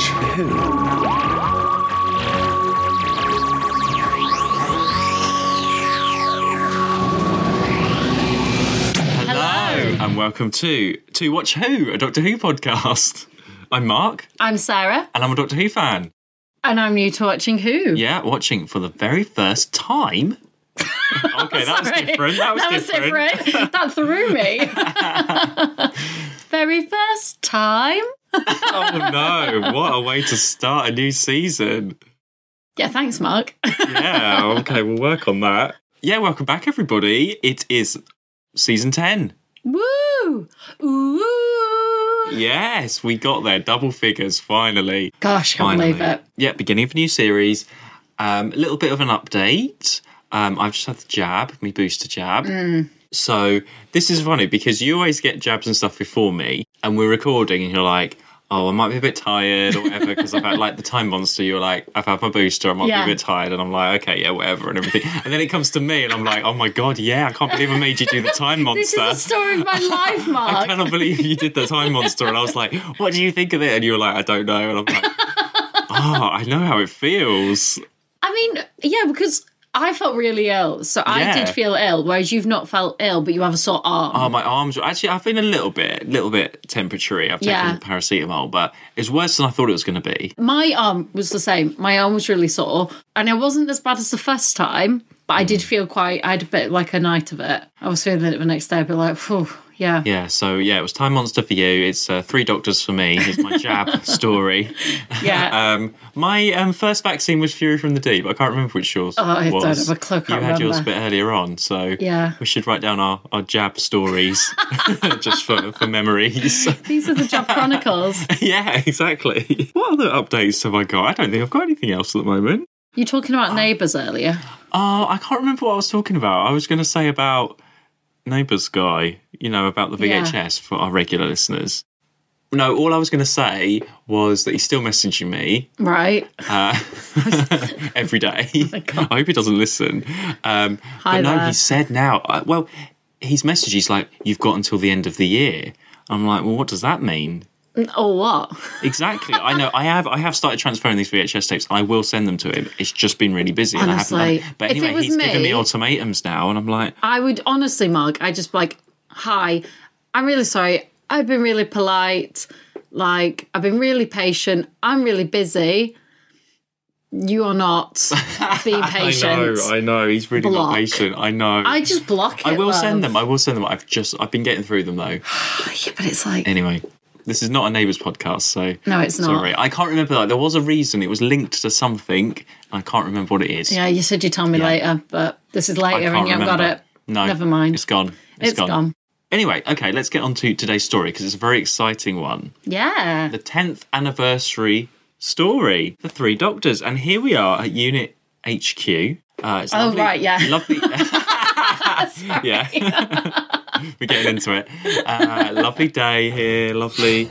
who? Hello. And welcome to To Watch Who, a Doctor Who podcast. I'm Mark, I'm Sarah, and I'm a Doctor Who fan. and I'm new to watching Who. Yeah, watching for the very first time. okay, that was Sorry. different. That was, different. different. that threw me. Very first time. Oh no, what a way to start a new season. Yeah, thanks, Mark. Yeah, okay, we'll work on that. Yeah, welcome back, everybody. It is season 10. Woo! Ooh! Yes, we got there. Double figures, finally. Gosh, can't Finally. believe it. Yeah, beginning of a new series. Um, a little bit of an update. Um, I've just had the jab, my booster jab. Mm. So this is funny because you always get jabs and stuff before me, and we're recording, and you're like, "Oh, I might be a bit tired or whatever," because I've had like the time monster. You're like, "I've had my booster, I might Yeah. be a bit tired," and I'm like, "Okay, yeah, whatever," and everything. And then it comes to me, and I'm like, "Oh my god, yeah, I can't believe I made you do the time This monster." is the story of my life, I Mark. cannot believe you did the time monster. And I was like, what do you think of it? And you were like, I don't know. And I'm like, oh, I know how it feels. I mean, yeah, because I felt really ill, so I Yeah. did feel ill, whereas you've not felt ill, but you have a sore arm. Oh, my arms. were- Actually, I've been a little bit, little bit temperatory. I've taken Yeah. paracetamol, but it's worse than I thought it was going to be. my arm was the same. My arm was really sore, and it wasn't as bad as the first time, but I did Mm. feel quite. I had a bit like a night of it. I was feeling it the next day, but like, phew, yeah. Yeah. So yeah, it was time monster for you. It's uh, three doctors for me. It's my jab story. yeah. Um, my um, first vaccine was Fury from the Deep. I can't remember which yours Oh, I don't was. have a clue, can't you had yours a remember. bit earlier on, so Yeah. we should write down our, our jab stories just for, for memories. These are the job chronicles. yeah, exactly. What other updates have I got? I don't think I've got anything else at the moment. You're talking Uh. about neighbours earlier. Oh, I can't remember what I was talking about. I was going to say about Neighbours Guy, you know, about the Yeah. VHS for our regular listeners. No, all I was going to say was that he's still messaging me Right. uh, every day. I hope he doesn't listen. Um, Oh but Hi no, there. he said now. I, well, his message is like, "You've got until the end of the year." I'm like, "Well, what does that mean?" Or what? Exactly. I know. I have. I have started transferring these VHS tapes. I will send them to him. It's just been really busy, and I haven't. done it. Honestly, But if it anyway, was he's giving me- me ultimatums now, and I'm like, I would honestly, Mark, I just be like, hi, I'm really sorry. I've been really polite. Like, I've been really patient. I'm really busy. You are not. Be patient. I know. He's really Block. not patient. I know. I I, just block it. will love. send them. I will send them. I've just. I've been getting through them though. Yeah, but it's like Anyway, this is not a neighbours podcast, so no, it's not. Sorry, I can't remember that. There was a reason. It was linked to something, and I can't remember what it is. Yeah, you said you'd tell me later, but this is I later can't and you haven't got it. remember. No, Never mind. It's gone. It's gone. Anyway, okay, let's get on to today's story because it's a very exciting one. Yeah. The 10th anniversary story, The Three Doctors. And here we are at Unit HQ. Uh, it's Oh, lovely- right, yeah. Lovely. yeah. We're getting into it. Uh, lovely day here, lovely.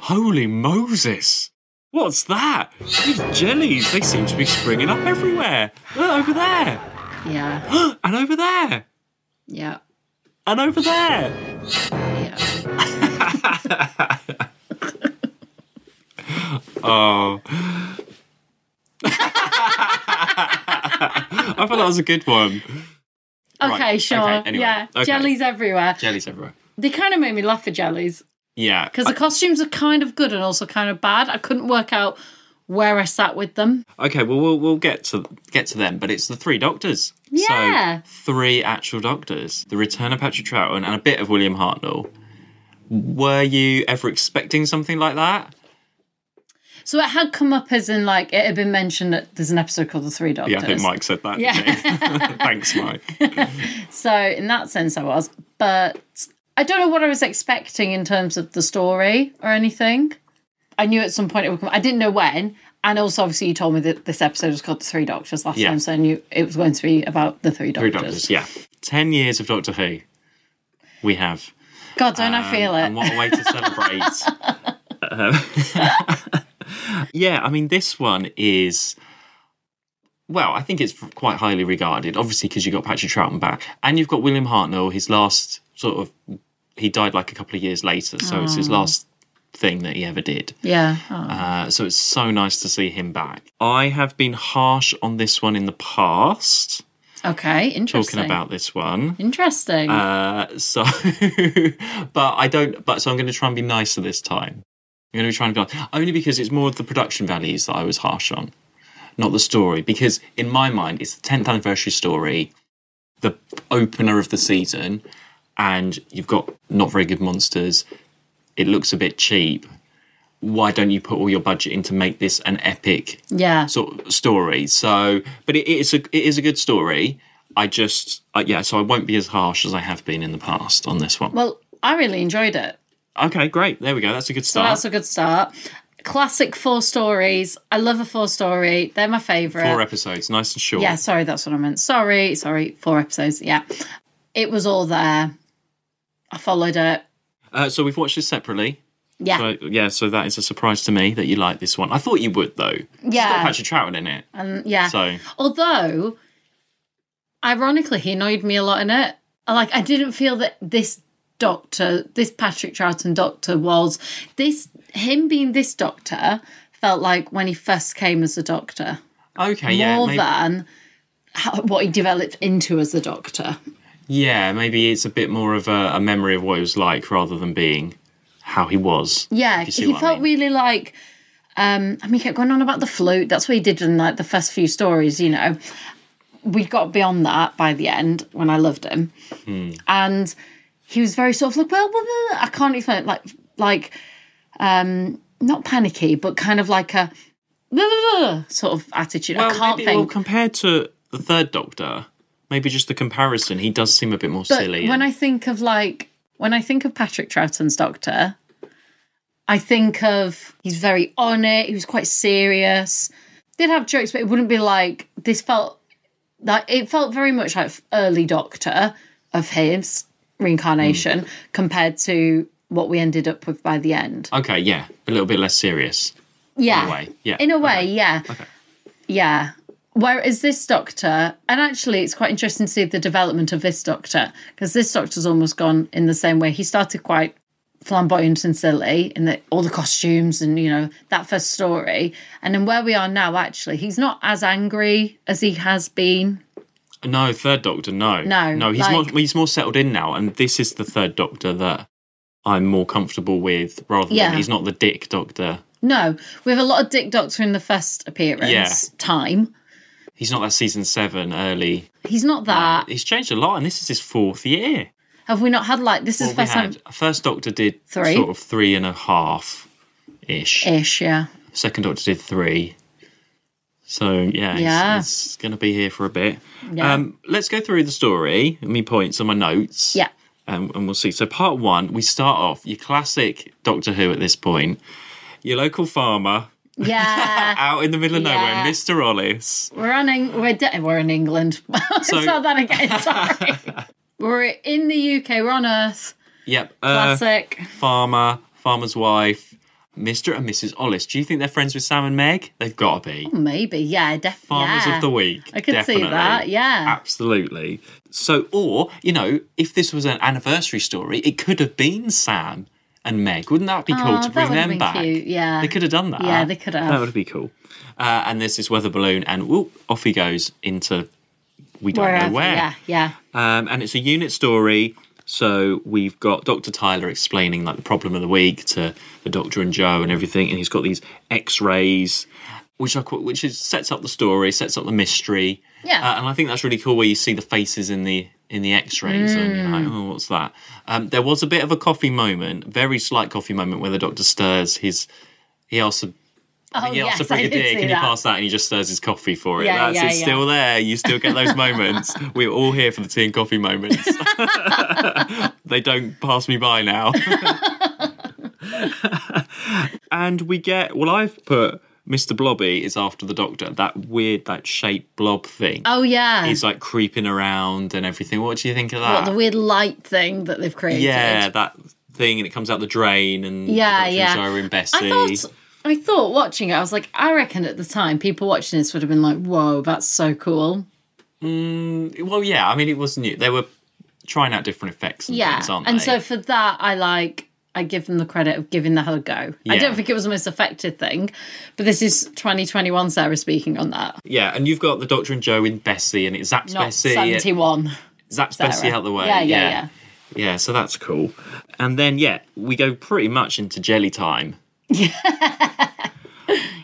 Holy Moses! What's that? These jellies, they seem to be springing up everywhere. Look, over there, Yeah. and over there, Yeah. and over there. Yeah. Oh. I thought that was a good one. Okay, okay, sure. anyway, Yeah. okay. Jellies everywhere. Jellies everywhere. They kind of made me laugh for jellies Yeah. because the costumes are kind of good and also kind of bad. I couldn't work out where I sat with them. Uh, Okay, well we'll we'll get to get to them, but it's the three doctors. Yeah. So three actual doctors. The return of Patrick Troughton and a bit of William Hartnell. Were you ever expecting something like that? So it had come up as in like it had been mentioned that there's an episode called The Three Doctors. Yeah, I think Mike said that. Yeah. didn't he? Thanks, Mike. So in that sense, I was, but I don't know what I was expecting in terms of the story or anything. I knew at some point it would come. I didn't know when, and also obviously you told me that this episode was called "The Three Doctors" last Yeah. time, so I knew it was going to be about the three Three doctors. doctors, yeah. Ten years of Doctor Who. We have. God, don't I feel Um, And it? what a way to celebrate. Um, yeah, I mean, this one is. Well, I think it's quite highly regarded, obviously, because you've got Patrick Troughton back. And you've got William Hartnell, his last sort of. He died like a couple of years later, so it's his last thing that he ever did. Yeah. Oh. Uh, so it's so nice to see him back. I have been harsh on this one in the past, Oh, Okay. Interesting. talking about this one. Interesting. Uh, so, but I don't. But so I'm going to try and be nicer this time. I'm going to be trying to be nice, only because it's more of the production values that I was harsh on, not the story. Because in my mind, it's the 10th anniversary story, the opener of the season, and you've got not very good monsters. It looks a bit cheap. Why don't you put all your budget in to make this an epic yeah. sort of story. So, but it, it is a it is a good story. I just uh, yeah, so I won't be as harsh as I have been in the past on this one. well, I really enjoyed it. okay, great. There we go. That's a good So start. that's a good start. Classic four stories. I love a four story. They're my favorite. Four episodes, nice and short. Yeah, sorry, that's what I meant. Sorry, sorry, four episodes. Yeah. It was all there. I followed it. Uh, so we've watched this separately. Yeah. So yeah, so that is a surprise to me that you like this one. I thought you would though. It's Yeah. Uh, got Patrick Troughton in it. and yeah. So Although, ironically, he annoyed me a lot in it. Like, I didn't feel that this doctor, this Patrick Troughton doctor, was this him being this doctor felt like when he first came as a doctor okay, yeah, more maybe, than how, what he developed into as the doctor. yeah, maybe it's a bit more of a, a memory of what it was like rather than being how he was. Yeah, If you see he what I felt mean. really like. Um, I mean, he kept going on about the flute. That's what he did in like the first few stories. You know, we got beyond that by the end when I loved him, Hmm. and he was very sort of like, well, blah, blah, blah. I can't explain it. like like um, not panicky, but kind of like a blah, blah, blah sort of attitude. I Well, can't maybe, well, think. compared to the third Doctor, maybe just the comparison, he does seem a bit more But silly. when and- I think of like when I think of Patrick Troughton's Doctor, I think of he's very on it. He was quite serious. Did have jokes, but it wouldn't be like this. Felt like it felt very much like early Doctor of his reincarnation compared to what we ended up with by the end. okay, yeah, a little bit less serious. Yeah. way, yeah. In a way, Okay. yeah. Yeah. Whereas this doctor, and actually it's quite interesting to see the development of this doctor, because this doctor's almost gone in the same way. He started quite flamboyant and silly in the, all the costumes and, you know, that first story. And then where we are now, actually, he's not as angry as he has been. No, third Doctor, no, No, no. He's like- more he's more settled in now, and this is the third Doctor that I'm more comfortable with, rather Yeah. than he's not the Dick Doctor. No, we have a lot of Dick Doctor in the first appearance Yeah. time. He's not that season seven early. Um, He's not that. He's changed a lot, and this is his fourth year. Have we not had like this is Well, the we first time had first Doctor did Three. sort of three and a half ish. ish, yeah. Second Doctor did three. So yeah, he's- Yeah. He's, going to be here for a bit. Yeah. Um, let's go through the story. Me points on my notes. Yeah. Um, and we'll see. So part one, we start off your classic Doctor Who at this point. Your local farmer Yeah. out in the middle of Yeah. nowhere, Mister Ollis. We're on. Eng- we're de- we're in England. So- it's not that again. Sorry. we're in the UK. We're on Earth. Yep. Uh, Classic. farmer, farmer's wife, Mister and Mrs. Ollis. Do you think they're friends with Sam and Meg? They've got to be. Maybe. Yeah. Definitely. Farmers yeah. of the week. I could definitely. see that. Yeah. Absolutely. So, or, you know, if this was an anniversary story, it could have been Sam and Meg. Wouldn't that be cool Oh, to that bring would have them been back? cute, yeah. They could have done that. Yeah, they could have. That would be cool. Uh, and there's this weather balloon, and whoop, off he goes into we don't Wherever. know where. Yeah. Yeah. Um, and it's a unit story. So we've got Dr. Tyler explaining like the problem of the week to the doctor and Joe and everything, and he's got these X-rays, which are qu- which is sets up the story, sets up the mystery. Yeah. Uh, and I think that's really cool where you see the faces in the in the X-rays, and you're like, oh, what's that? Um, there was a bit of a coffee moment, very slight coffee moment, where the doctor stirs his. He asks a Oh, he yes, asks to I bring a did beer, see can you that. pass that? And he just stirs his coffee for it. Yeah, That's yeah, it's yeah. still there. You still get those moments. We're all here for the tea and coffee moments. they don't pass me by now. and we get well, I've put Mr. Blobby is after the doctor. That weird, that shaped blob thing. Oh yeah. He's like creeping around and everything. What do you think of What that? the weird light thing that they've created. yeah, that thing, and it comes out the drain, and Yeah, the yeah. Doctor and Sarah and Bessie. I thought I thought watching it, I was like, I reckon at the time people watching this would have been like, "Whoa, that's so cool." Well, yeah. I mean, it was new. They were trying out different effects and Yeah, things, aren't and they? so for that, I like I give them the credit of giving the hell a go. I Yeah. don't think it was the most effective thing, but this is 2021 Sarah speaking on that. Yeah, and you've got the Doctor and Joe in Bessie, and it zaps Not Bessie. 71. Zaps Sarah. Bessie out the way. Yeah, yeah, yeah. yeah. Yeah, so that's cool. And then, yeah, we go pretty much into jelly time.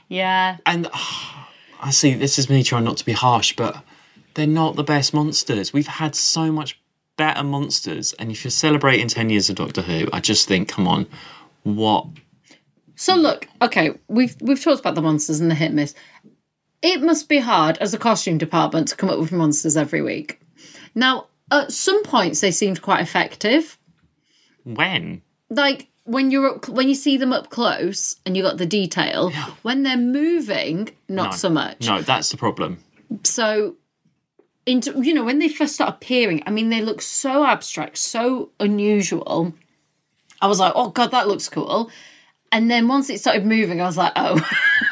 Yeah. And ah, I see, this is me trying not to be harsh, but they're not the best monsters. We've had so much better monsters. And if you're celebrating 10 years of Doctor Who, I just think, come on, what? So look, okay, we've we've talked about the monsters and the hit and miss. It must be hard as a costume department to come up with monsters every week. Now, at some points they seemed quite effective. When? Like when you're up, when you see them up close and you got the detail. When they're moving, not so much. No, that's the problem. So, into you know when they first start appearing, I mean they look so abstract, so unusual. I was like, oh god, that looks cool. And then once it started moving, I was like, oh.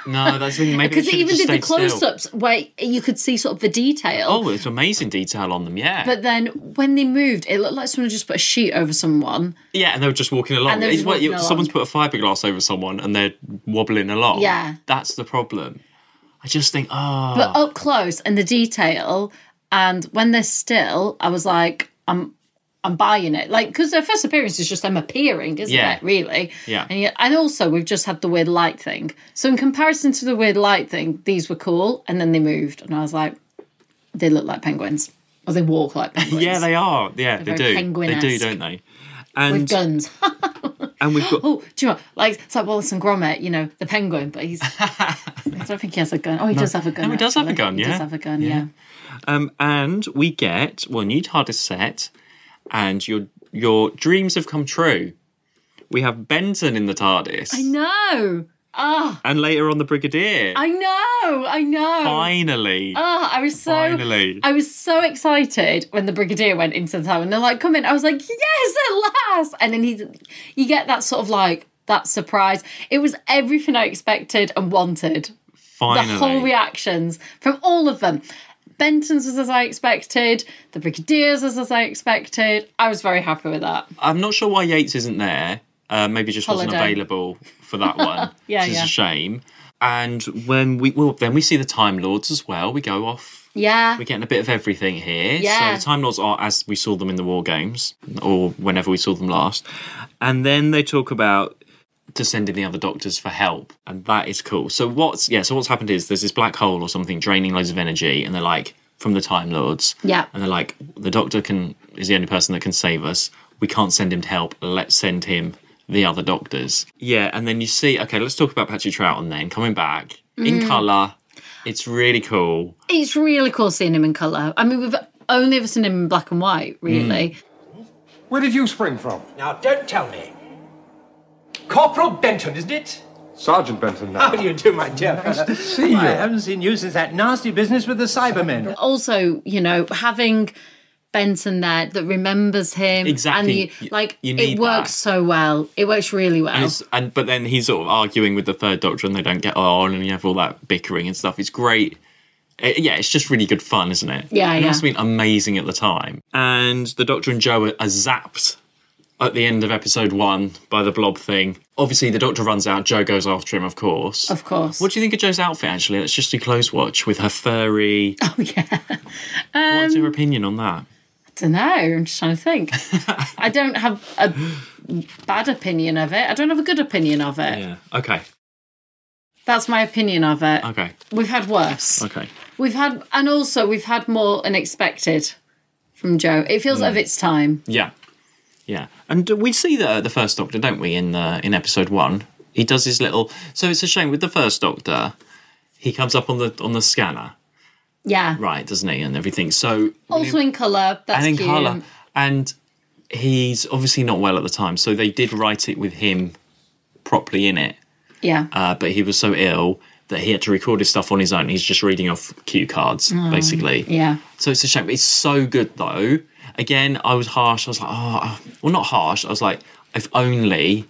No, that's the thing. Maybe Because it they even did the close close up. ups where you could see sort of the detail. Oh, it's amazing detail on them, yeah. But then when they moved, it looked like someone just put a sheet over someone. yeah, and they were just walking along. And they were It's just what walking you- Someone's along. put a fiberglass over someone and they're wobbling along. Yeah. That's the problem. I just think, oh. But up close and the detail, and when they're still, I was like, I'm I'm buying it. Like, because their first appearance is just them appearing, isn't Yeah. it, really? Yeah. And, yet, and also, we've just had the weird light thing. So, in comparison to the weird light thing, these were cool, and then they moved, and I was like, they look like penguins. Or they walk like penguins. yeah, they are. Yeah, they very do. They do, penguin-esque. don't they? with And guns. and we've got Oh, do you know? what? Like it's like Wallace and Gromit, you know, the penguin, but he's. I don't think he has a gun. Oh, he does have a gun. No, he does have a actually. gun, He yeah. does have a gun. Yeah. Um, and we get well, new TARDIS set, and your your dreams have come true. We have Benton in the TARDIS, No. Ah, and later on the Brigadier. I know. I know. Finally, Ah, I was so. Finally. I was so excited when the brigadier went into the tower and they're like, "Come in!" I was like, "Yes, at last!" And then he, you get that sort of like that surprise. It was everything I expected and wanted. finally, the whole reactions from all of them. Benton's was as I expected. The Brigadier's was as I expected. I was very happy with that. I'm not sure why Yates isn't there. Uh, maybe just wasn't Holiday. available for that one. Yeah, which is yeah. a shame. And when we well, then we see the Time Lords as well. We go off Yeah, We're getting a bit of everything here. Yeah. So the Time Lords are as we saw them in the War Games, or whenever we saw them last. And then they talk about to sending the other doctors for help. And that is cool. So what's yeah, so what's happened is there's this black hole or something draining loads of energy, and they're like, from the Time Lords. Yeah. And they're like, the doctor can is the only person that can save us. We can't send him to help. Let's send him the other doctors. Yeah, and then you see, okay, let's talk about Patrick Troughton then coming back Mm. in colour. It's really cool. it's really cool seeing him in colour. I mean, we've only ever seen him in black and white, really. Hmm. Where did you spring from? Now, don't tell me. Corporal Benton, isn't it? Sergeant Benson now. How do you do, my dear? Nice to Ah, see you. I haven't seen you since that nasty business with the Cybermen. Also, you know, having Benton there that remembers him. Exactly. And You- you, like, you need it works that. so well. It works really well. And, it's, and but then he's sort of arguing with the third doctor, and they don't get on, and you have all that bickering and stuff. It's great. Uh, yeah, it's just really good fun, isn't it? Yeah, it yeah. must have been amazing at the time. And the Doctor and Joe are, are zapped at the end of episode one by the blob thing. Obviously, the Doctor runs out. Joe goes after him, of course. of course. What do you think of Joe's outfit? Actually, let's just do close watch with her furry. oh, yeah. Um, What's your opinion on that? don't know. I'm just trying to think. I don't have a bad opinion of it. I don't have a good opinion of it. Yeah. Okay. That's my opinion of it. Okay. We've had worse. Okay. We've had, and also we've had more unexpected from Joe. It feels Mm. of its time. Yeah, yeah, and uh, we see the the first Doctor, don't we? In the in episode one, he does his little. So it's a shame with the first Doctor, he comes up on the on the scanner, Yeah. right, doesn't he, and everything. So Also in colour. That's and in cute. colour, and he's obviously not well at the time, so they did write it with him properly in it, Yeah. uh, but he was so ill that he had to record his stuff on his own. He's just reading off cue cards, basically. yeah. So it's a shame. It's so good though. Again, I was harsh. I was like, oh, well, not harsh. I was like, if only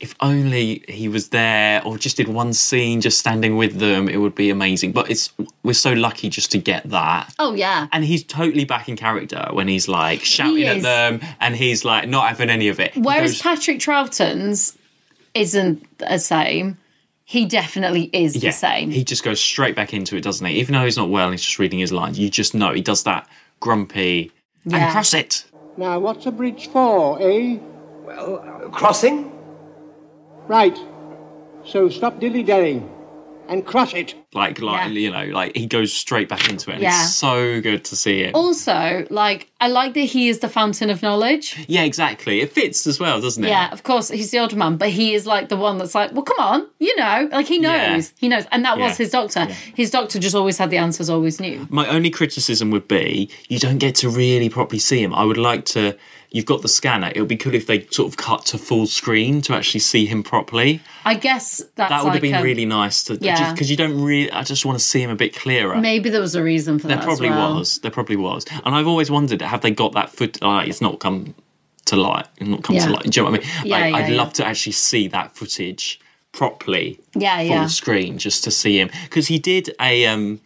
if only he was there or just did one scene just standing with them, it would be amazing. But it's we're so lucky just to get that. Oh yeah. And he's totally back in character when he's like shouting at is. them and he's like not having any of it. He Whereas goes- Patrick Troughton's isn't the same, he definitely is the same. He just goes straight back into it, doesn't he? Even though he's not well and he's just reading his lines, you just know he does that grumpy and Yeah. cross it. Now, what's a bridge for, eh? Well, uh, crossing? Right. So stop dilly dallying and cross it. Like, like Yeah. you know, like he goes straight back into it. And Yeah. It's so good to see it. also, like, I like that he is the fountain of knowledge. yeah, exactly. It fits as well, doesn't it? Yeah, of course, he's the older man, but he is like the one that's like, well, come on, you know, like he Yeah. knows, he knows. And that Yeah. was his doctor. His doctor just always had the answers, always knew. My only criticism would be you don't get to really properly see him. I would like to. You've got the scanner. It would be cool if they sort of cut to full screen to actually see him properly. I guess that's That would like have been um, really nice to yeah. because you don't really. I just want to see him a bit clearer. Maybe there was a reason for There that. as probably well. was. There probably was. And I've always wondered, have they got that foot? Like, it's not come to light. It's not come Yeah. to light. Do you know what I mean? Yeah, like, yeah, I'd yeah. love to actually see that footage properly, Yeah, full yeah. screen, just to see him because he did a. um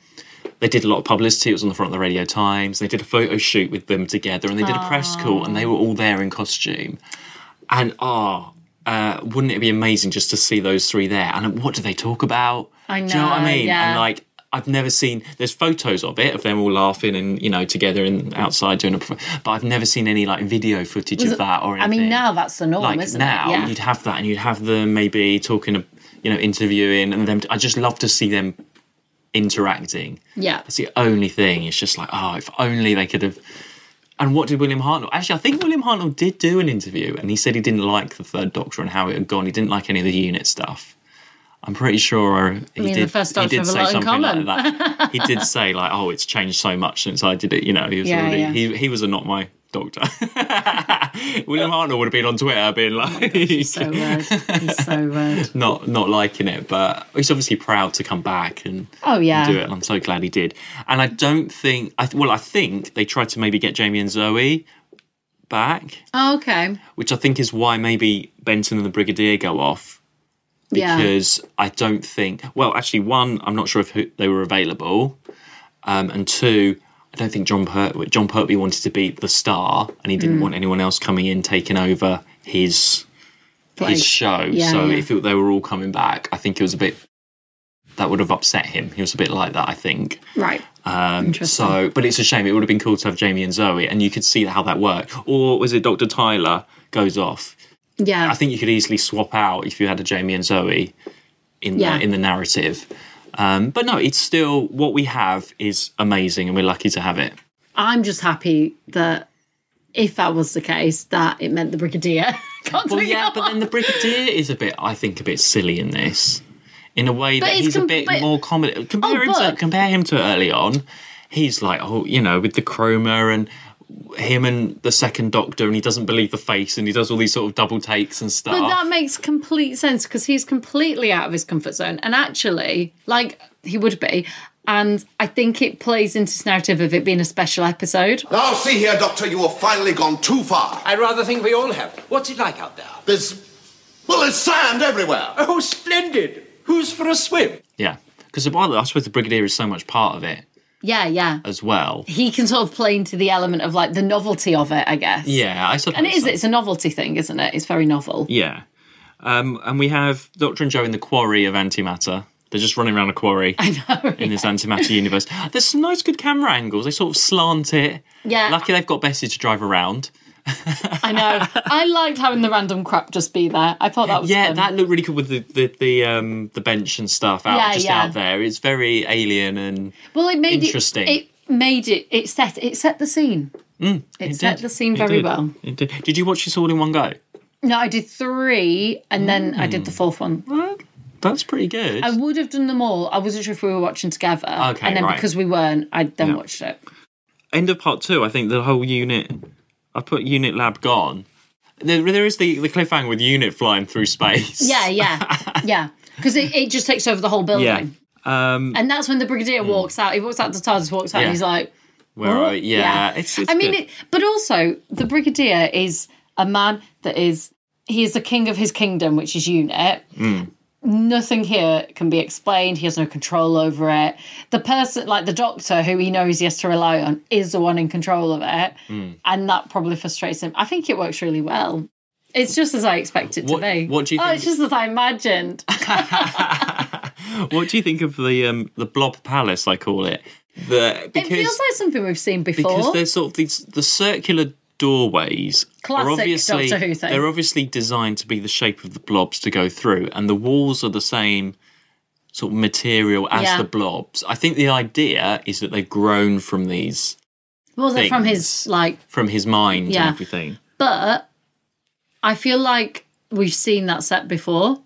they did a lot of publicity. It was on the front of the Radio Times. They did a photo shoot with them together, and they did a press call, and they were all there in costume. And ah, uh, wouldn't it be amazing just to see those three there? And what do they talk about? I Do you know what I know, mean? yeah. And like, I've never seen. There's photos of it of them all laughing and you know together and outside doing a. perf- But I've never seen any like video footage of that or I anything. mean, now that's the norm, like isn't now it? Yeah. you'd have that and you'd have them maybe talking, you know, interviewing and them. I just love to see them interacting. yeah. That's the only thing. It's just like, oh, if only they could have. And what did William Hartnell? Actually, I think William Hartnell did do an interview, and he said he didn't like the Third Doctor and how it had gone. He didn't like any of the unit stuff. I'm pretty sure uh, he mean, the did. First he Doctor did have a say lot in something like common. that. he did say like, "Oh, it's changed so much since I did it." You know, he was Yeah, already yeah. he he was a not my doctor. William Hartnell would have been on Twitter being like, So rude. He's so rude. not not liking it, but he's obviously proud to come back and Oh, yeah. and do it. And I'm so glad he did. And I don't think I th- well, I think they tried to maybe get Jamie and Zoe back, Oh, okay. which I think is why maybe Benton and the Brigadier go off Yeah. because I don't think well, actually, one I'm not sure if who, they were available, um, and two. I don't think John Pert- John Pertwee wanted to be the star, and he didn't Mm. want anyone else coming in taking over his his Place. show. Yeah, so yeah. if it, they were all coming back, I think it was a bit that would have upset him. He was a bit like that, I think. Right. Um, Interesting. so, but it's a shame. It would have been cool to have Jamie and Zoe, and you could see how that worked. Or was it Doctor Tyler goes off? Yeah. I think you could easily swap out if you had a Jamie and Zoe in Yeah. the in the narrative. Um, but no, it's still what we have is amazing, and we're lucky to have it. I'm just happy that if that was the case, that it meant the brigadier. Can't Well, do yeah, that but then the Brigadier is a bit, I think, a bit silly in this, in a way that it's he's a com- bit but- more comedy. Compare Oh, him to but- compare him to early on. He's like, oh, you know, with the chroma and him and the second Doctor, and he doesn't believe the face, and he does all these sort of double takes and stuff. But that makes complete sense because he's completely out of his comfort zone. And actually, like he would be. And I think it plays into this narrative of it being a special episode. Now, see here, Doctor, you have finally gone too far. I rather think we all have. What's it like out there? There's. Well, there's sand everywhere. Oh, splendid! Who's for a swim? yeah, because I suppose the Brigadier is so much part of it Yeah, yeah. as well. He can sort of play into the element of like the novelty of it, I guess. Yeah, I suppose. And it is, so. it's a novelty thing, isn't it? It's very novel. Yeah. Um, and we have Doctor and Joe in the quarry of antimatter. They're just running around a quarry. I know. In this antimatter universe. There's some nice good camera angles. They sort of slant it. Yeah. Lucky they've got Bessie to drive around. I know. I liked having the random crap just be there. I thought that was Yeah, fun. that looked really cool with the the, the um the bench and stuff out Yeah, just yeah. out there. It's very alien and Well, it made Interesting. It, it made it. It set. It set the scene. it, set did. the scene It very did. well. It did. did you watch this all in one go? No, I did three, and then I Mm. did the fourth one. That's pretty good. I would have done them all. I wasn't sure if we were watching together. Okay, and then right. because we weren't, I then watched it. end of part two, I think the whole unit. I put unit lab gone. There, there is the, the cliffhanger with unit flying through space. Yeah, yeah, yeah. Because it, it just takes over the whole building. Yeah. Um, And that's when the brigadier walks out. He walks out. The TARDIS walks out. Yeah. and He's like, where are we? Yeah. It's, it's I mean, good. it, but also the brigadier is a man that is he is the king of his kingdom, which is UNIT. Mm. Nothing here can be explained. He has no control over it. The person, like the doctor, who he knows he has to rely on, is the one in control of it, Mm. and that probably frustrates him. I think it works really well. It's just as I expect it What- to be. what do you Oh, think- it's just as I imagined. What do you think of the um, the Blob Palace? I call it the it because feels like something we've seen before. because they're sort of these the circular doorways are Classic obviously Doctor Who thing. they're obviously designed to be the shape of the blobs to go through, and the walls are the same sort of material as Yeah. the blobs. I think the idea is that they've grown from these well, they're from his things. like from his mind Yeah. and everything. but I feel like we've seen that set before.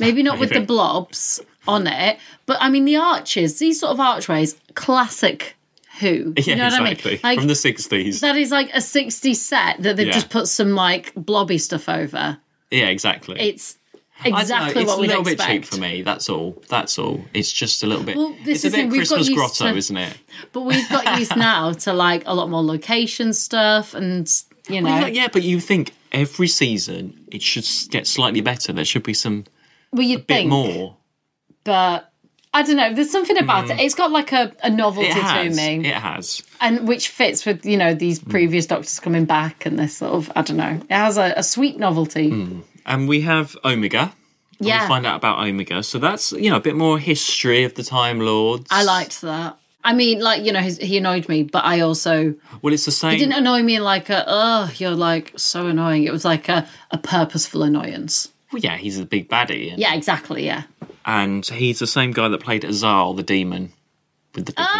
Maybe not with the Maybe. blobs on it, but I mean the arches, these sort of archways, classic Who. Yeah, you exactly. know what I mean? Like from the sixties. that is like a 60 set that they've Yeah. just put some like blobby stuff over. yeah, exactly. It's I don't know, exactly it's what a we'd little expect. bit cheap for me. That's all. That's all. It's just a little bit. Well, this it's a is the bit thing, we've got Christmas used grotto, to- isn't it? But we've got used now to like a lot more location stuff and you know Well, yeah, yeah, but you think every season it should s- get slightly better. There should be some well you'd bit think more. Hmm. but I don't know, there's something about it. It's got like a, a novelty It has. to me. It has. and which fits with you know these Hmm. previous doctors coming back and this sort of I don't know. It has a, a sweet novelty. And we have Omega. And yeah, We Hmm. find out about Omega. So that's you know a bit more history of the Time Lords. I liked that. I mean, like you know, his, he annoyed me, but I also Well, it's the it same. didn't annoy me like a oh you're like so annoying. It was like a a purposeful annoyance. well, yeah, he's a big baddie. And, Yeah, exactly. Yeah. And he's the same guy that played Azal, the demon, with the big legs.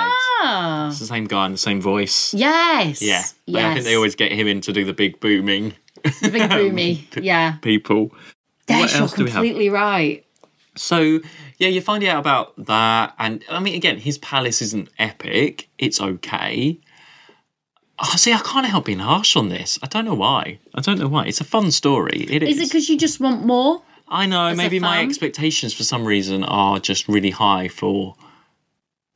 Ah, It's the same guy and the same voice. yes. Yeah. They- Yes. I think they always get him in to do the big booming the big boomy. Yeah. people. Yes, you're Um, else do we have? completely right. So yeah, you're finding out about that, and I mean, again, his palace isn't epic. It's okay. Oh, see, I can't help being harsh on this. I don't know why. I don't know why. It's a fun story. It is. Is it because you just want more? I know. a Maybe my fan? expectations for some reason are just really high for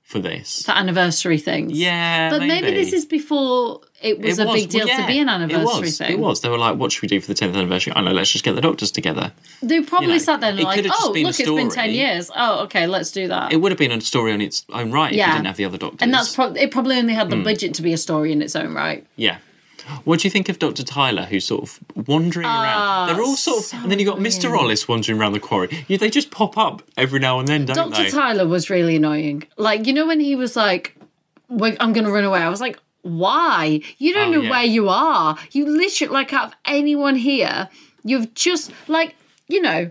for this. for anniversary things. Yeah, But maybe, maybe. this is before it was It a big deal well, yeah, to be an anniversary it was, thing. It was. They were like, "What should we do for the tenth anniversary?" I know. Let's just get the doctors together. They probably You know, sat there and it like, could've just oh, been a look, it's been 10 story." years. Oh, okay, let's do that. It would have been a story on its own right if Yeah. you didn't have the other doctors. and that's probably, it probably only Hmm. had the budget to be a story in its own right. Yeah. What do you think of Dr. Tyler, who's sort of wandering around? Ah, They're all sort of, and then you got Mr. Ollis wandering around the quarry. You, they just pop up every now and then, don't Dr. they? Tyler was really annoying. Like, you know, when he was like, "We're- I'm going to run away, I was like, why? You don't Oh, know yeah. where you are. You literally, like, out of anyone here, you've just, like, you know,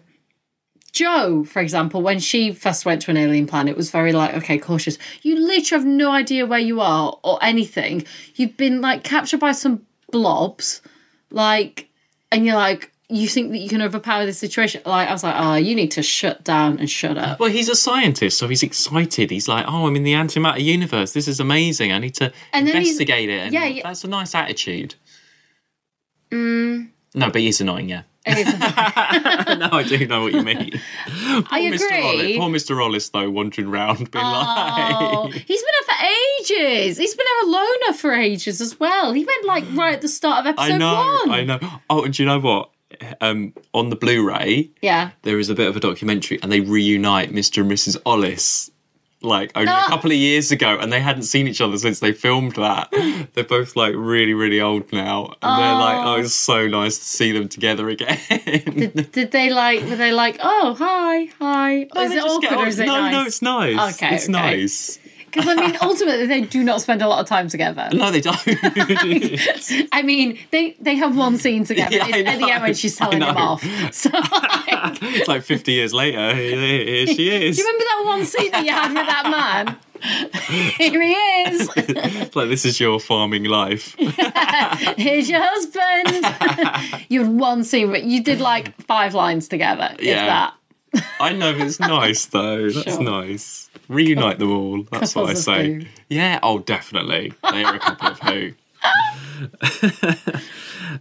Joe, for example, when she first went to an alien planet, was very like, okay, cautious. You literally have no idea where you are or anything. You've been, like, captured by some blobs, like, and you're like, you think that you can overpower this situation? Like, I was like, oh, you need to shut down and shut up. well, he's a scientist, so he's excited. He's like, "Oh, I'm in the antimatter universe. This is amazing. I need to And then he's- investigate it." And yeah, yeah. that's a nice attitude. Mm. No, but he's annoying. Yeah, It is- no, I do know what you mean. I Poor Mr. Ollis, agree. poor Mr. Ollis, though, wandering round, being Oh, like, he's been there for ages. He's been a loner for ages as well. He went like right at the start of episode "I know, one. I know." Oh, and do you know what? Um, on the Blu-ray, Yeah. there is a bit of a documentary and they reunite Mr. and Mrs. Ollis like only Ah. a couple of years ago and they hadn't seen each other since they filmed that. They're both like really, really old now. And they're like, oh, it's so nice to see them together again. Ah. Did they like? Were they like? Oh, hi, hi. No, is they it just awkward get or on- is it no, nice? no, it's nice. Okay, It's okay. nice. Because I mean, ultimately, they do not spend a lot of time together. No, they don't. I mean, they they have one scene together. Yeah, I it's at the end know. when she's telling I him know. off. So, like, do it's like 50 years later. Here here she is. you remember that one scene that you had with that man? Here he is. It's like, this is your farming life. Here's your husband. you had one scene, but you did like five lines together. Yeah. Yeah. that. I know but it's nice though. That's Sure. nice. Reunite them all. That's what I Couples of say. who. Yeah. Oh, definitely. They are a couple of who. uh,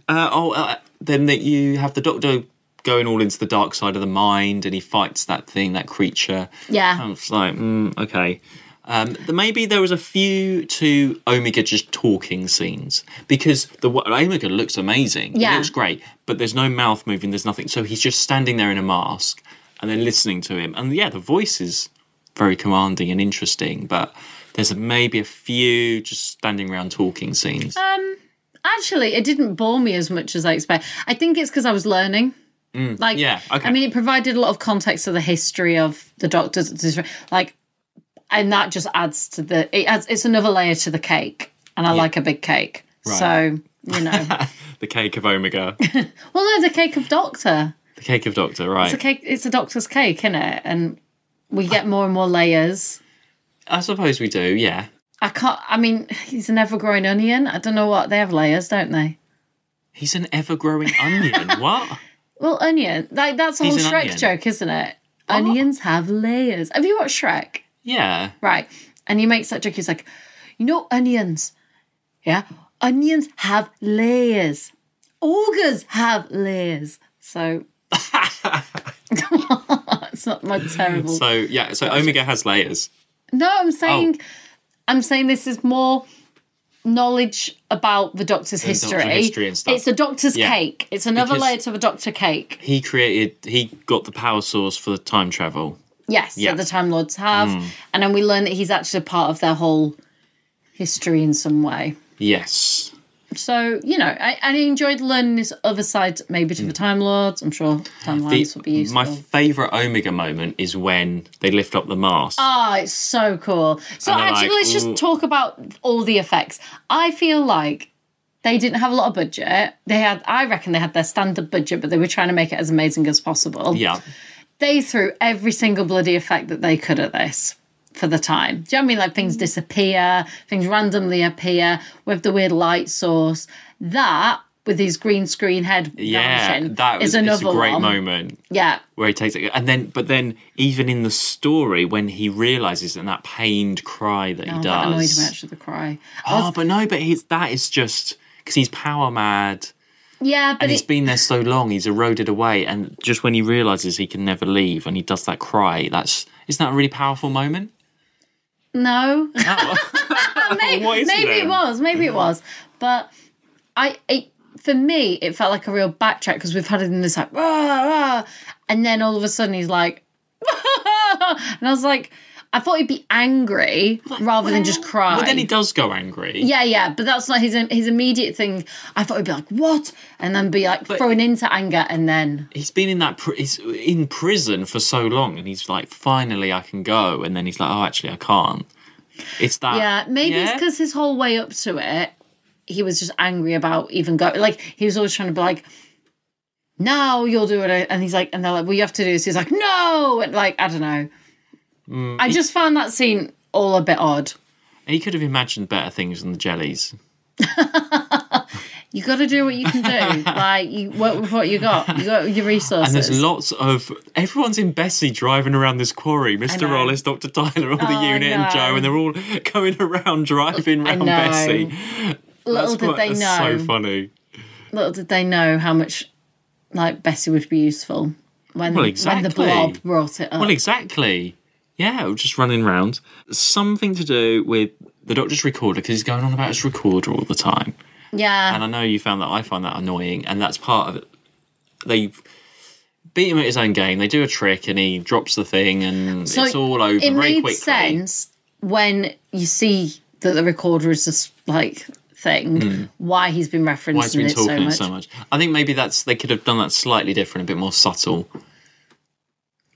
oh, uh, then that you have the Doctor going all into the dark side of the mind, and he fights that thing, that creature. Yeah. I was like, mm, okay. Um, th- maybe there was a few to Omega just talking scenes because the wa- Omega looks amazing. He Yeah. looks great, but there's no mouth moving. There's nothing. So he's just standing there in a mask, and then listening to him. And yeah, the voice is very commanding and interesting, but. There's maybe a few just standing around talking scenes. Uh. Actually, it didn't bore me as much as I expected. I think it's because I was learning. like, Mm, yeah, okay. I mean, it provided a lot of context to the history of the doctors. it's just- Like, and that just adds to the. It adds, it's another layer to the cake, and I like a big cake. So you know, the cake of Omega, well, no, the cake of doctor. the cake of Doctor, right? It's a cake. It's a doctor's cake, isn't it? And we get more and more layers. I suppose we do, yeah. I can't. I mean, he's an ever-growing onion. I don't know what they have layers, don't they? He's an ever growing onion. what? Well, onion. Like that's a He's whole an Shrek onion. Oh. joke, isn't it? Onions have layers. Have you watched Shrek? Yeah. Right. And he makes that joke. He's like, you know, onions. Yeah. Onions have layers. Ogres have layers. So it's not my terrible. So yeah, so Omega has layers. no, Oh. I'm saying I'm saying this is more knowledge about the doctor's doctor history. history and stuff. It's a doctor's Yeah. cake. It's another Because- layer to the doctor cake. He created he got the power source for the time travel. Yes, Yeah. Mm. that the Time Lords have. And then we learn that he's actually part of their whole history in some way. Yes. So, you know, I, I enjoyed learning this other side, maybe to the Time Lords. I'm sure Time Mm. The- Lords would be useful. my favourite Omega moment is when they lift up the mask. Ah, it's so cool. So, And they're actually, like, let's "Ooh." just talk about all the effects. I feel like they didn't have a lot of budget. They had, I reckon, they had their standard budget, but they were trying to make it as amazing as possible. yeah. they threw every single bloody effect that they could at this for the time. Do you know what I mean? Like things disappear, things randomly appear with the weird light source. That with his green screen head Yeah. vanishing That was is it's another a great one. moment. Yeah. where he takes it and then but then even in the story when he realizes and that pained cry that he Oh, that annoyed me does actually the cry. oh but no but he's that is just because he's power mad Yeah, but and he's it, been there so long he's eroded away and just when he realizes he can never leave and he does that cry that's isn't that a really powerful moment no. maybe What is it maybe it then? was, maybe it was. But I it for me it felt like a real backtrack because we've had it in this like rah, rah, and then all of a sudden he's like and I was like I thought he'd be angry rather than just cry. but then he does go angry yeah, yeah, but that's not his his immediate thing. I thought he'd be like, "What?" and then be like thrown into anger, and then he's been in that pr- he's in prison for so long and he's like finally i can go and then he's like oh actually i can't it's that yeah, maybe it's Yeah? because his whole way up to it, he was just angry about even going. Like he was always trying to be like, "Now you'll do it," and he's like, and they're like, "Well, you have to do this." He's like, "No," and like I don't know. Mm. I just found that scene all a bit odd. he could have imagined better things than the jellies You got to do what you can do. like you work with what you got. You got your resources. And there's lots of everyone's in Bessie driving around this quarry. Mr. know. Rollis, Dr. Tyler, all the Oh, unit, no. and Joe, and they're all going around driving I round know. Bessie. little That's did quite- they that's know. So funny. little did they know how much like Bessie would be useful when Well, when exactly. the blob brought it up. Well, exactly. Yeah, we're just running round. Something to do with the doctor's recorder because he's going on about his recorder all the time. yeah. And I know you found that I find that annoying, and that's part of it. They beat him at his own game. They do a trick, and he drops the thing, and it's all over It very made quickly. sense when you see that the recorder is this like thing. Why he's been referencing why he's Hmm. been it talking so it much. so much. I think maybe that's they could have done that slightly different, a bit more subtle.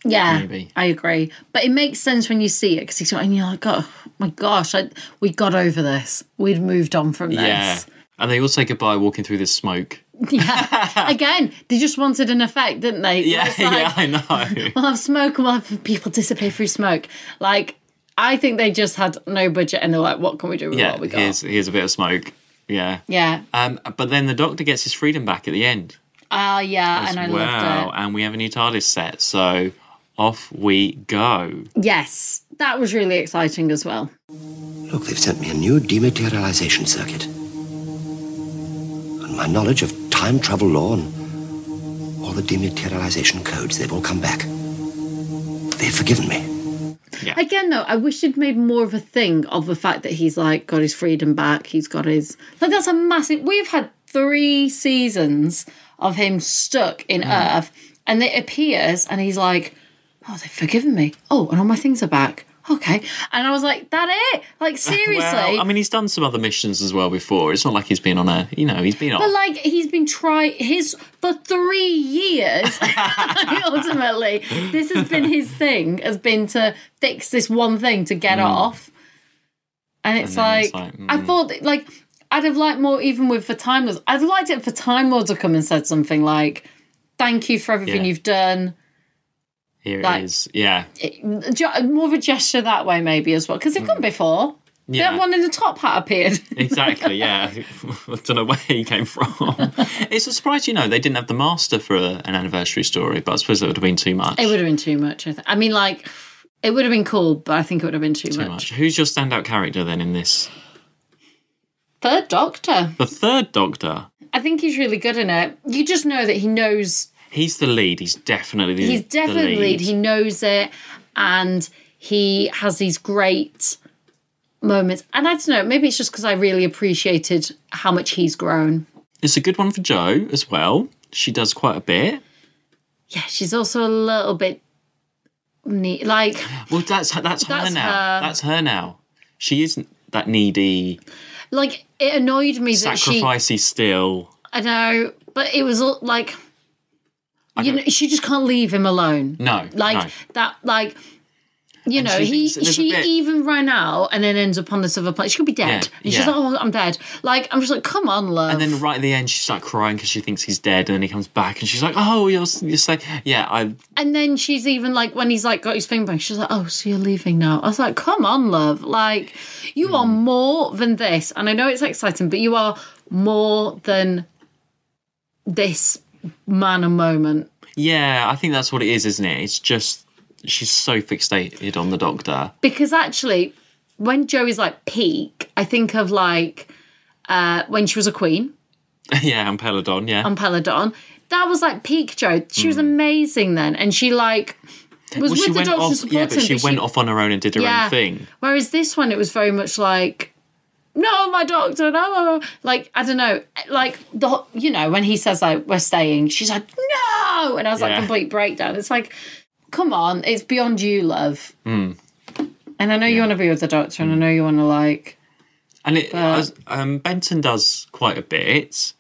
Yeah, Maybe. I agree. But it makes sense when you see it because he's and you're like, oh my gosh, I, we got over this. We'd moved on from Yeah. this. And they all say goodbye walking through this smoke. Yeah. Again, they just wanted an effect, didn't they? Yeah, It's like, yeah, I know. We'll have smoke and we'll have people disappear through smoke. Like, I think they just had no budget and they're like, what can we do with yeah, what we got? here's here's a bit of smoke. Yeah. Yeah. Um, but then the doctor gets his freedom back at the end. Ah, yeah. as And I well, loved it. And we have a new TARDIS set, so off we go. Yes, that was really exciting as well. Look, they've sent me a new dematerialization circuit. And my knowledge of time travel law and all the dematerialization codes, they've all come back. They've forgiven me. Yeah. Again, though, I wish he'd made more of a thing of the fact that he's like got his freedom back. He's got his like that's a massive. We've had three seasons of him stuck in Mm. Earth, and it appears, and he's like, "Oh, they've forgiven me. Oh, and all my things are back." Okay, and I was like, "That it? Like seriously?" Well, I mean, he's done some other missions as well before. It's not like he's been on a, you know, he's been But on. like he's been try his for three years. ultimately, this has been his thing. Has been to fix this one thing to get off. And it's Hmm. then like, it's like, hmm. I thought that, like I'd have liked more even with the Time Lords. I'd have liked it if the Time Lords had come and said something like, "Thank you for everything Yeah. you've done." Here it like- is. Yeah. Ju- More of a gesture that way, maybe as well, because they've come before. Hmm. Yeah. That one in the top hat appeared. Exactly, yeah. I don't know where he came from. it's a surprise, you know, they didn't have the master for a, an anniversary story, but I suppose that would have been too much. it would have been too much. I, th- I mean, like. It would have been cool, but I think it would have been too, too much. Who's your standout character then in this? Third Doctor. The third Doctor. I think he's really good in it. You just know that he knows. He's the lead. He's definitely the He's the definitely lead. He knows it, and he has these great moments. And I don't know. Maybe it's just because I really appreciated how much he's grown. It's a good one for Joe as well. She does quite a bit. Yeah, she's also a little bit neat. Like Well, that's that's, her That's now. her. That's her now. She isn't that needy, like it annoyed me that she. sacrificey still. I know, but it was all like. I You know, don't- she just can't leave him alone. No, like no. that like you know she he thinks that there's a she bit- even ran out and then ends up on this other planet she could be dead Yeah, and she's yeah. like oh i'm dead like i'm just like come on love And then right at the end, she's like crying because she thinks he's dead. And then he comes back and she's like, "Oh, you're you're saying yeah." I and then she's even like when he's like got his thing back she's like oh so you're leaving now i was like come on love like you are Hmm. more than this and i know it's exciting but you are more than this man a moment yeah, I think that's what it is, isn't it? It's just she's so fixated on the Doctor. because actually when joey's like peak i think of like uh when she was a queen yeah, and Peladon. Yeah, on Peladon. That was like peak Joe. She was amazing then, and she like was Hmm. Well, with she the went doctor off. and yeah, supporting. but she went off on her own and did her Yeah. own thing. Whereas this one, it was very much like, no, my doctor, no, like I don't know, like the whole- you know when he says like we're staying, she's like no, and I was like Yeah. complete breakdown. It's like, come on, it's beyond you, love. Hmm. And I know you want to be with the doctor, and I know you want to like. And it as, um, Benton does quite a bit.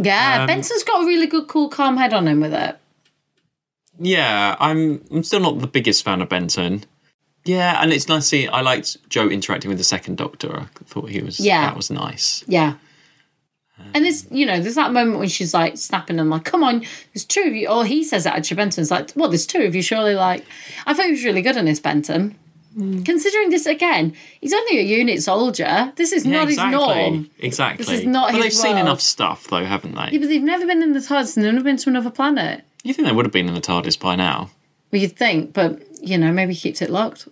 Um, Yeah, Benson's got a really good, cool, calm head on him with it. Yeah, I'm I'm still not the biggest fan of Benton. Yeah, and it's nice to see. I liked Joe interacting with the second Doctor. I thought he was. Yeah. that was nice. Yeah. And there's, you know, there's that moment when she's like snapping and like, come on, there's two of you. Or he says it actually, Benton's like, well, there's two of you, surely. Like, I thought he was really good on this, Benton. Considering this again, he's only a unit soldier. This is not his norm. Exactly. This is not But his they've seen world. enough stuff, though, haven't they? Yeah, but they've never been in the TARDIS and they've never been to another planet. You think they would have been in the TARDIS by now? Well, you'd think, but, you know, maybe he keeps it locked.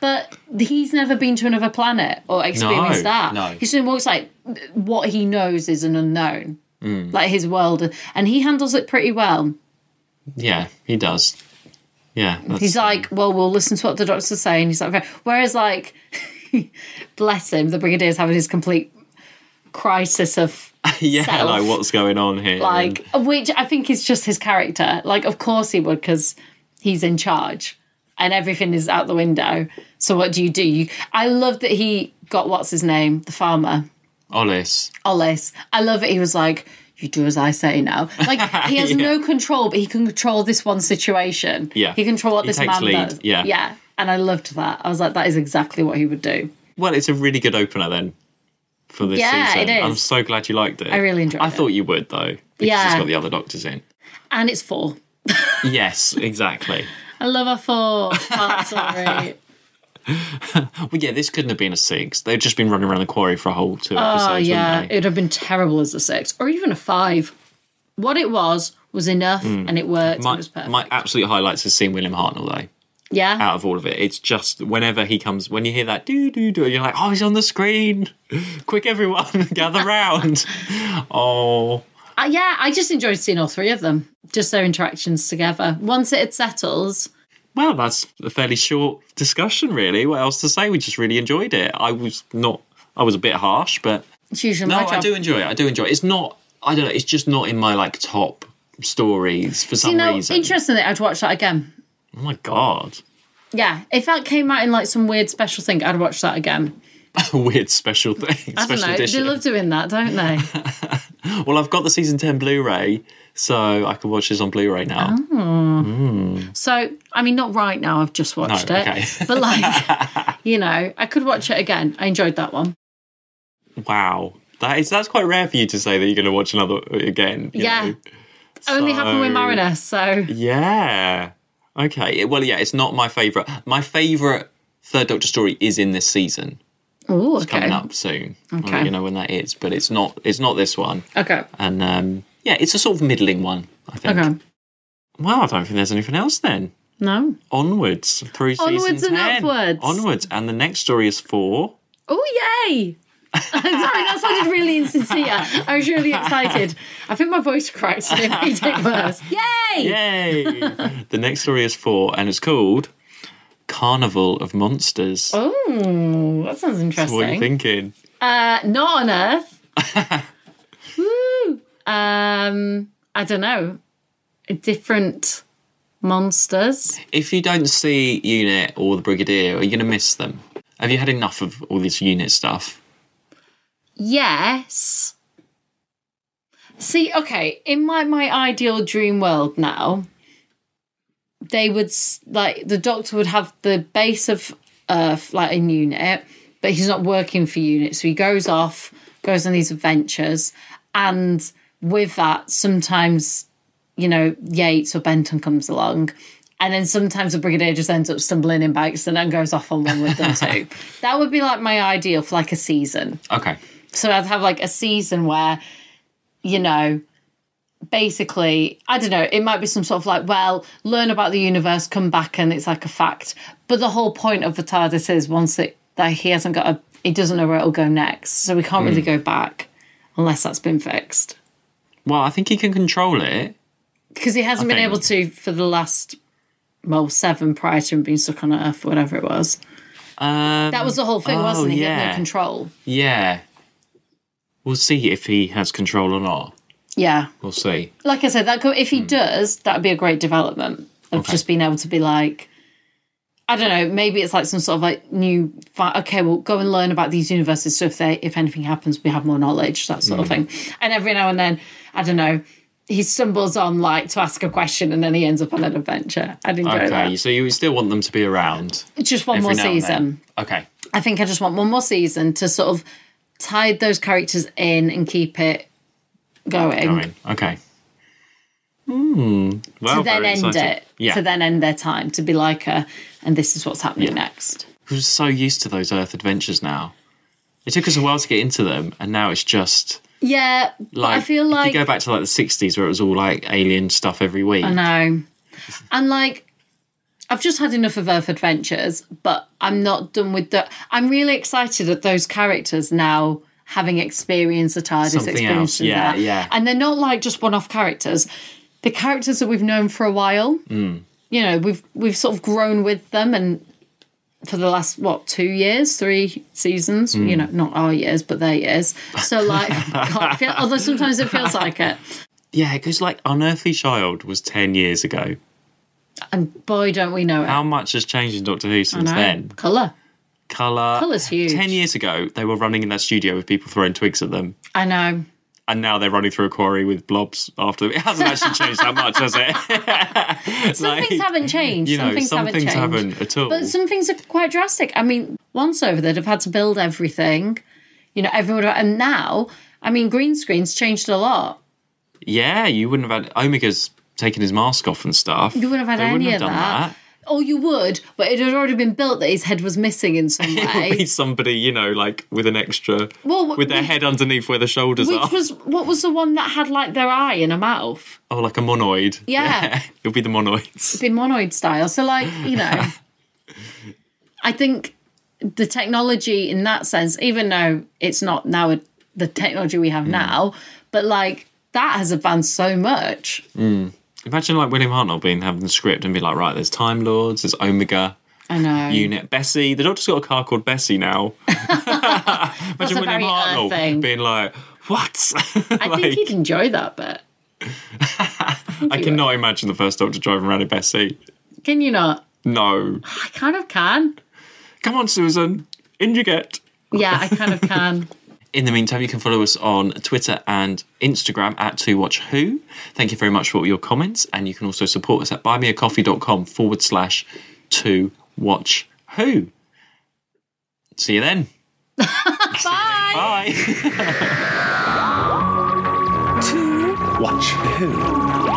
but he's never been to another planet or experienced No, that. no. He just walks like what he knows is an unknown, Mm. like his world. And he handles it pretty well. Yeah, he does. Yeah, that's, He's like, well, we'll listen to what the doctor's saying. He's like, whereas, like, bless him, the Brigadier's having his complete crisis of yeah, self. like what's going on here? like, which I think is just his character. Like, of course he would, because he's in charge and everything is out the window. So what do you do? You, I love that he got what's his name, the farmer, Ollis. Ollis. I love it. He was like, "You do as I say now." Like he has no control, but he can control this one situation. Yeah. he can control what He this takes man lead, does. yeah. yeah. And I loved that. I was like, that is exactly what he would do. Well, it's a really good opener then for this Yeah, season. it is. I'm so glad you liked it. I really enjoyed I it. thought you would though, because it's Yeah. got the other doctors in. And it's four. Yes, exactly. I love a four. Oh, sorry. well, yeah, this couldn't have been a six. They've just been running around the quarry for a whole two episodes, Oh yeah, wouldn't they? it'd have been terrible as a six or even a five. What it was was enough, Hmm. and it worked. and it my, was perfect. my absolute highlights is seeing William Hartnell though. yeah, Out of all of it, it's just whenever he comes, when you hear that do do do, you're like, oh, he's on the screen! Quick, everyone, gather round! oh, Uh, yeah, I just enjoyed seeing all three of them, just their interactions together. Once it had settles, Well, that's a fairly short discussion, really. What else to say? We just really enjoyed it. I was not. I was a bit harsh, but It's usually no, my job. I do enjoy it. I do enjoy it. It's not. I don't know. It's just not in my like top stories for some You know, reason. interestingly, I'd watch that again. oh my god, Yeah, if that came out in like some weird special thing, I'd watch that again. weird special thing, I special don't know. edition. They love doing that, don't they? well, I've got the season ten Blu-ray, so I can watch this on Blu-ray Uh-huh. now. so, I mean, not right now. I've just watched No, it, okay. but like, you know, I could watch it again. I enjoyed that one. Wow, that is that's quite rare for you to say that you're going to watch another uh, again. you Yeah. know. Only happened with So- Marinus, so Yeah. Okay. Well, yeah, it's not my favourite. My favourite Third Doctor story is in this season, Ooh, okay, coming up soon. I Okay. don't know when that is, but it's not. It's not this one. okay, And um, yeah, it's a sort of middling one. I think. okay. Well, I don't think there's anything else then. No, Onwards through Onwards season 10. and upwards. Onwards, and the next story is four. oh yay! Sorry, that sounded really insincere. I was really excited. I think my voice cracked, and it made it worse. Yay! Yay! the next story is four, and it's called Carnival of Monsters. Oh, that sounds interesting. what are you thinking? Uh, not on Earth. Woo! Um, I don't know. Different monsters. If you don't see Unit or the Brigadier, are you going to miss them? Have you had enough of all this Unit stuff? Yes. See, okay, in my my ideal dream world now, they would s- like the doctor would have the base of Earth like in unit, but he's not working for unit, so he goes off, goes on these adventures, and with that, sometimes you know Yates or Benton comes along. And then sometimes the brigadier just ends up stumbling in by accident and goes off on one with them too. that would be like my ideal for like a season. Okay. So I'd have like a season where, you know, basically, I don't know, it might be some sort of like, well, learn about the universe, come back, and it's like a fact. But the whole point of the TARDIS is once it that he hasn't got a he doesn't know where it'll go next. So we can't Hmm. really go back unless that's been fixed. Well, I think he can control it. Because he hasn't I been think- able to for the last well, seven prior to him being stuck on Earth, whatever it was. Um, That was the whole thing, oh, wasn't it? He had yeah. no control. yeah. We'll see if he has control or not. Yeah. We'll see. like I said, that could, Hmm. if he does, that would be a great development of just being able to be like, I don't know, maybe it's like some sort of like new. fi- Okay, well, go and learn about these universes. So if they, if anything happens, we have more knowledge, that sort Hmm. of thing. And every now and then, I don't know, he stumbles on like to ask a question, and then he ends up on an adventure. I'd enjoy Okay, that. so you still want them to be around Just one every more now and season. then. Okay. I think I just want one more season to sort of tie those characters in and keep it going. I mean, okay. Hmm. Well, to then Oh, very end exciting. it Yeah. to then end their time to be like a and this is what's happening next Who's so used to those Earth adventures now? It took us a while to get into them, and now it's just yeah like i feel like if you go back to like the '60s where it was all like alien stuff every week. i know and like i've just had enough of earth adventures but i'm not done with the i'm really excited at those characters now having experienced the tardis Something experience else. Yeah, that. yeah. and they're not like just one-off characters the characters that we've known for a while Mm. you know we've we've sort of grown with them and for the last what two years three seasons Mm. you know not our years but their years so like God, I feel, although sometimes it feels like it Yeah, because like Unearthly Child was ten years ago. and boy don't we know it How much has changed in Doctor Who since No. then? color Color. Colour's huge. Ten years ago, they were running in that studio with people throwing twigs at them, i know and now they're running through a quarry with blobs after them. It hasn't actually changed that much, has it? some Like, things haven't changed You know, some things some haven't things changed haven't at all. but some things are quite drastic i mean once over they'd have had to build everything you know everyone and now i mean green screens changed a lot Yeah, you wouldn't have had Omega's taking his mask off and stuff. You wouldn't have had any of that. Oh, you would, but it had already been built that his head was missing in some way. It would be somebody, you know, like with an extra, Well, w- with their we- head underneath where the shoulders are. Which was what was the one that had like their eye and a mouth? Oh, like a monoid. Yeah. It'll be the monoids. It'd be monoid style. So like, you know. I think the technology in that sense, even though it's not now a- the technology we have now, but like that has advanced so much. Imagine like William Hartnell being having the script and be like, right, there's Time Lords, there's Omega, I know. Unit, Bessie. The Doctor's got a car called Bessie now. That's Imagine a very William Hartnell Earth thing. being like, what? I think he'd enjoy that bit. I cannot imagine the first Doctor driving around in Bessie. Can you not? No. I kind of can. Come on, Susan. In you get. Yeah, I kind of can. In the meantime, you can follow us on Twitter and Instagram at To Watch Who. Thank you very much for all your comments, and you can also support us at buymeacoffee.com forward slash To Watch Who. See you then. Bye. Bye. Watch who?